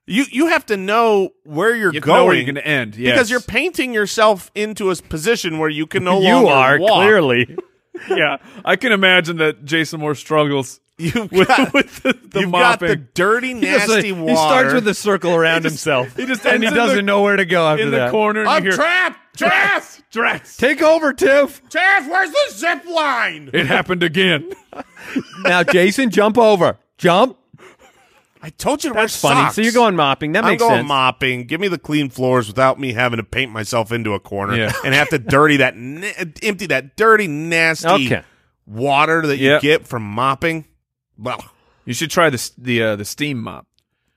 you you have to know where you're You going. know where you're going to end. Yes. Because you're painting yourself into a position where you can no you longer are walk. clearly. yeah, I can imagine that Jason Moore struggles You've with, got, with the, the you've got mopping. the dirty, nasty water. a circle around himself. he just ends in the- know where to go after in the corner. And I'm you hear, trapped. Trapped. Dress. Take over, Tiff. Trapped. Where's the zip line? It happened again. now, Jason, jump over. Jump. I told you to That's wear funny. socks. So you're going mopping. That I'm makes going sense. mopping. Give me the clean floors without me having to paint myself into a corner Yeah. and have to dirty that, na- empty that dirty, nasty Okay. water that Yep. you get from mopping. Well, You should try the s- the uh, the steam mop.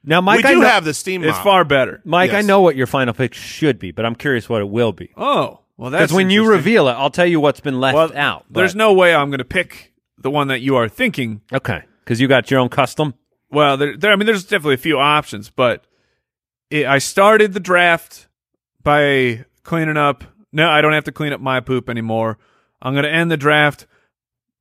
Now, Mike, we I do know, have the steam It's mop. far better. Mike, I yes. know what your final pick should be, but I'm curious what it will be. Oh, well, that's Because when you interesting. reveal it, I'll tell you what's been left well, out. There's no way I'm going to pick the one that you are thinking. okay because you got your own custom. Well, there, there. I mean, there's definitely a few options, but it, I started the draft by cleaning up. No, I don't have to clean up my poop anymore. I'm going to end the draft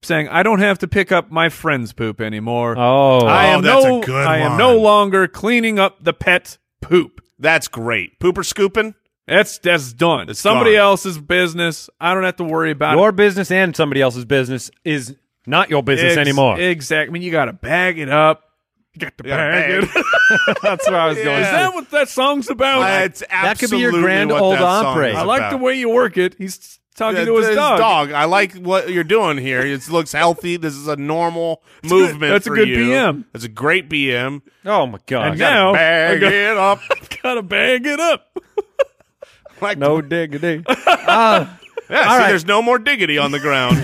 saying I don't have to pick up my friend's poop anymore. Oh, I- am that's a no, good I am one. no longer cleaning up the pet poop. That's great. Pooper scooping. That's that's done. It's Somebody gone. else's business. I don't have to worry about your it. business and somebody else's business is not your business Ex- anymore. Exactly. I mean, you got to bag it up. You got to gotta bag, bag it. That's where I was Yeah. Is that what that song's about? I, That's That could be your absolutely grand what old that song opry. is I like about. the way you work it. He's talking Yeah, to his, dog. I like what you're doing here. It looks healthy. This is a normal good- movement. that's a for good you. BM. That's a great BM. Oh my And god! now- No. bag I got- it up. Gotta bag it up. Like, no diggity. yeah, see, all right. there's no more diggity on the ground.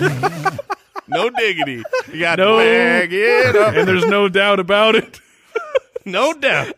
no diggity. You got to No. bag it up. And there's no doubt about it. No doubt.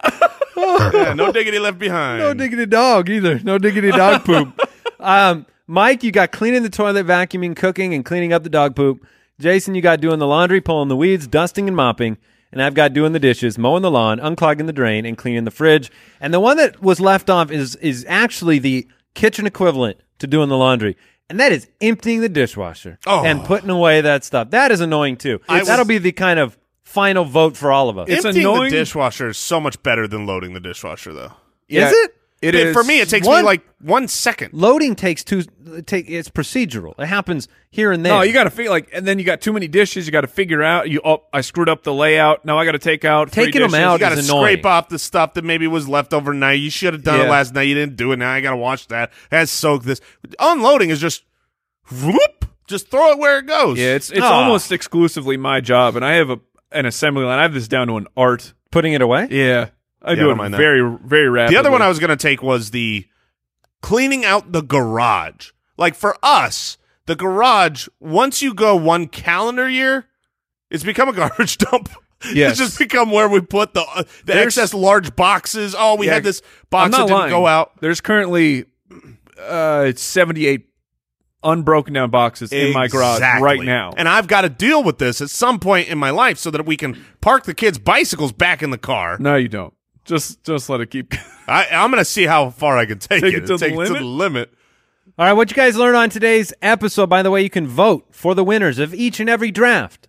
Yeah, no diggity left behind. no diggity dog either. No diggity dog poop. um, Mike, you got cleaning the toilet, vacuuming, cooking, and cleaning up the dog poop. Jason, you got doing the laundry, pulling the weeds, dusting and mopping. And I've got doing the dishes, mowing the lawn, unclogging the drain, and cleaning the fridge. And the one that was left off is is actually the kitchen equivalent to doing the laundry. And that is emptying the dishwasher Oh. and putting away that stuff. That is annoying too. I That'll was- be the kind of final vote for all of us. It's Emptying annoying. the dishwasher is so much better than loading the dishwasher, though. Yeah, it? It It- is. for me, it takes One- me like one second. Loading takes two. Take it's procedural. It happens here and there. No, Oh, you got to feel like, and then you got too many dishes. You got to figure out. You, oh, I screwed up the layout. Now I got to take out. three Taking 'em dishes. out You got to is annoying. scrape off the stuff that maybe was left over night. You should have done it Yeah. last night. You didn't do it. Now I got to watch that. Has soak this. Unloading is just whoop. Just throw it where it goes. Yeah, it's it's Ah. almost exclusively my job, and I have a an assembly line. I have this down to an art. putting it away. Yeah, I I do don't it mind that. very very the rapidly. other one I was gonna take was the cleaning out the garage. Like for us, the garage. Once you go one calendar year, it's become a garbage dump. Yes. It's just become where we put the uh, the There's- excess large boxes. Oh, we Yeah, had this I'm box that not didn't lying. go out. There's currently uh seventy eight unbroken down boxes in my garage Exactly. right now. And I've got to deal with this at some point in my life so that we can park the kids' bicycles back in the car. no, you don't. Just just let it keep. I, I'm going to see how far I can take, Take it to the take it to limit? the limit. All right, what you guys learned on today's episode. By the way, you can vote for the winners of each and every draft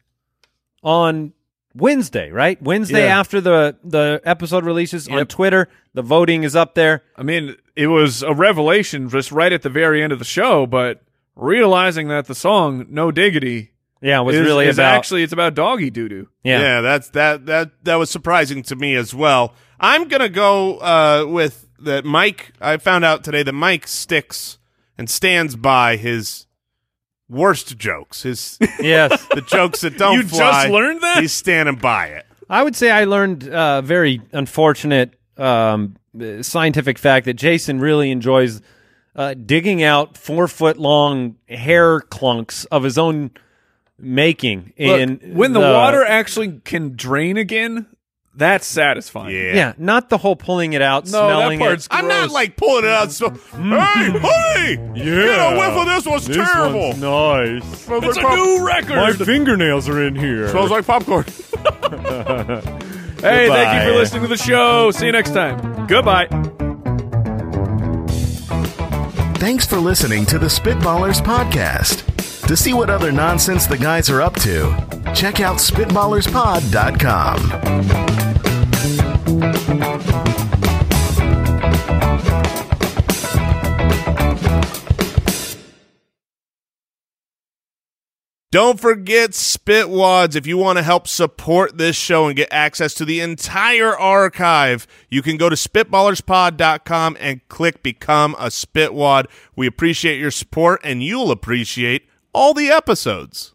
on Wednesday. Right, Wednesday Yeah. after the the episode releases on Yep. Twitter. The voting is up there. I mean, it was a revelation just right at the very end of the show, but realizing that the song "No Diggity" Yeah, it was is- really is about actually it's about doggy doo doo. yeah. that's that that that was surprising to me as well. I'm gonna go uh, with that. Mike, I found out today that Mike sticks and stands by his worst jokes. His Yes. the jokes that don't. You just fly, learned that? he's standing by it. I would say I learned uh, very unfortunate um, uh, scientific fact that Jason really enjoys uh, digging out four foot long hair clunks of his own making. in when the, water actually can drain again, that's satisfying. Yeah. yeah. not the whole pulling it out, No, smelling that part's it. I'm not gross. like pulling it out. So hey, hey, Mm-hmm. yeah, get a whiff of this one's terrible. nice. Smells It's a like pop- new record. fingernails are in here. smells like popcorn. hey, thank you Goodbye. for listening to the show. See you next time. Goodbye. Thanks for listening to the Spitballers Podcast. To see what other nonsense the guys are up to, check out SpitballersPod.com. Don't forget Spitwads. If you want to help support this show and get access to the entire archive, you can go to spitballerspod.com and click Become a Spitwad. We appreciate your support, and you'll appreciate all the episodes.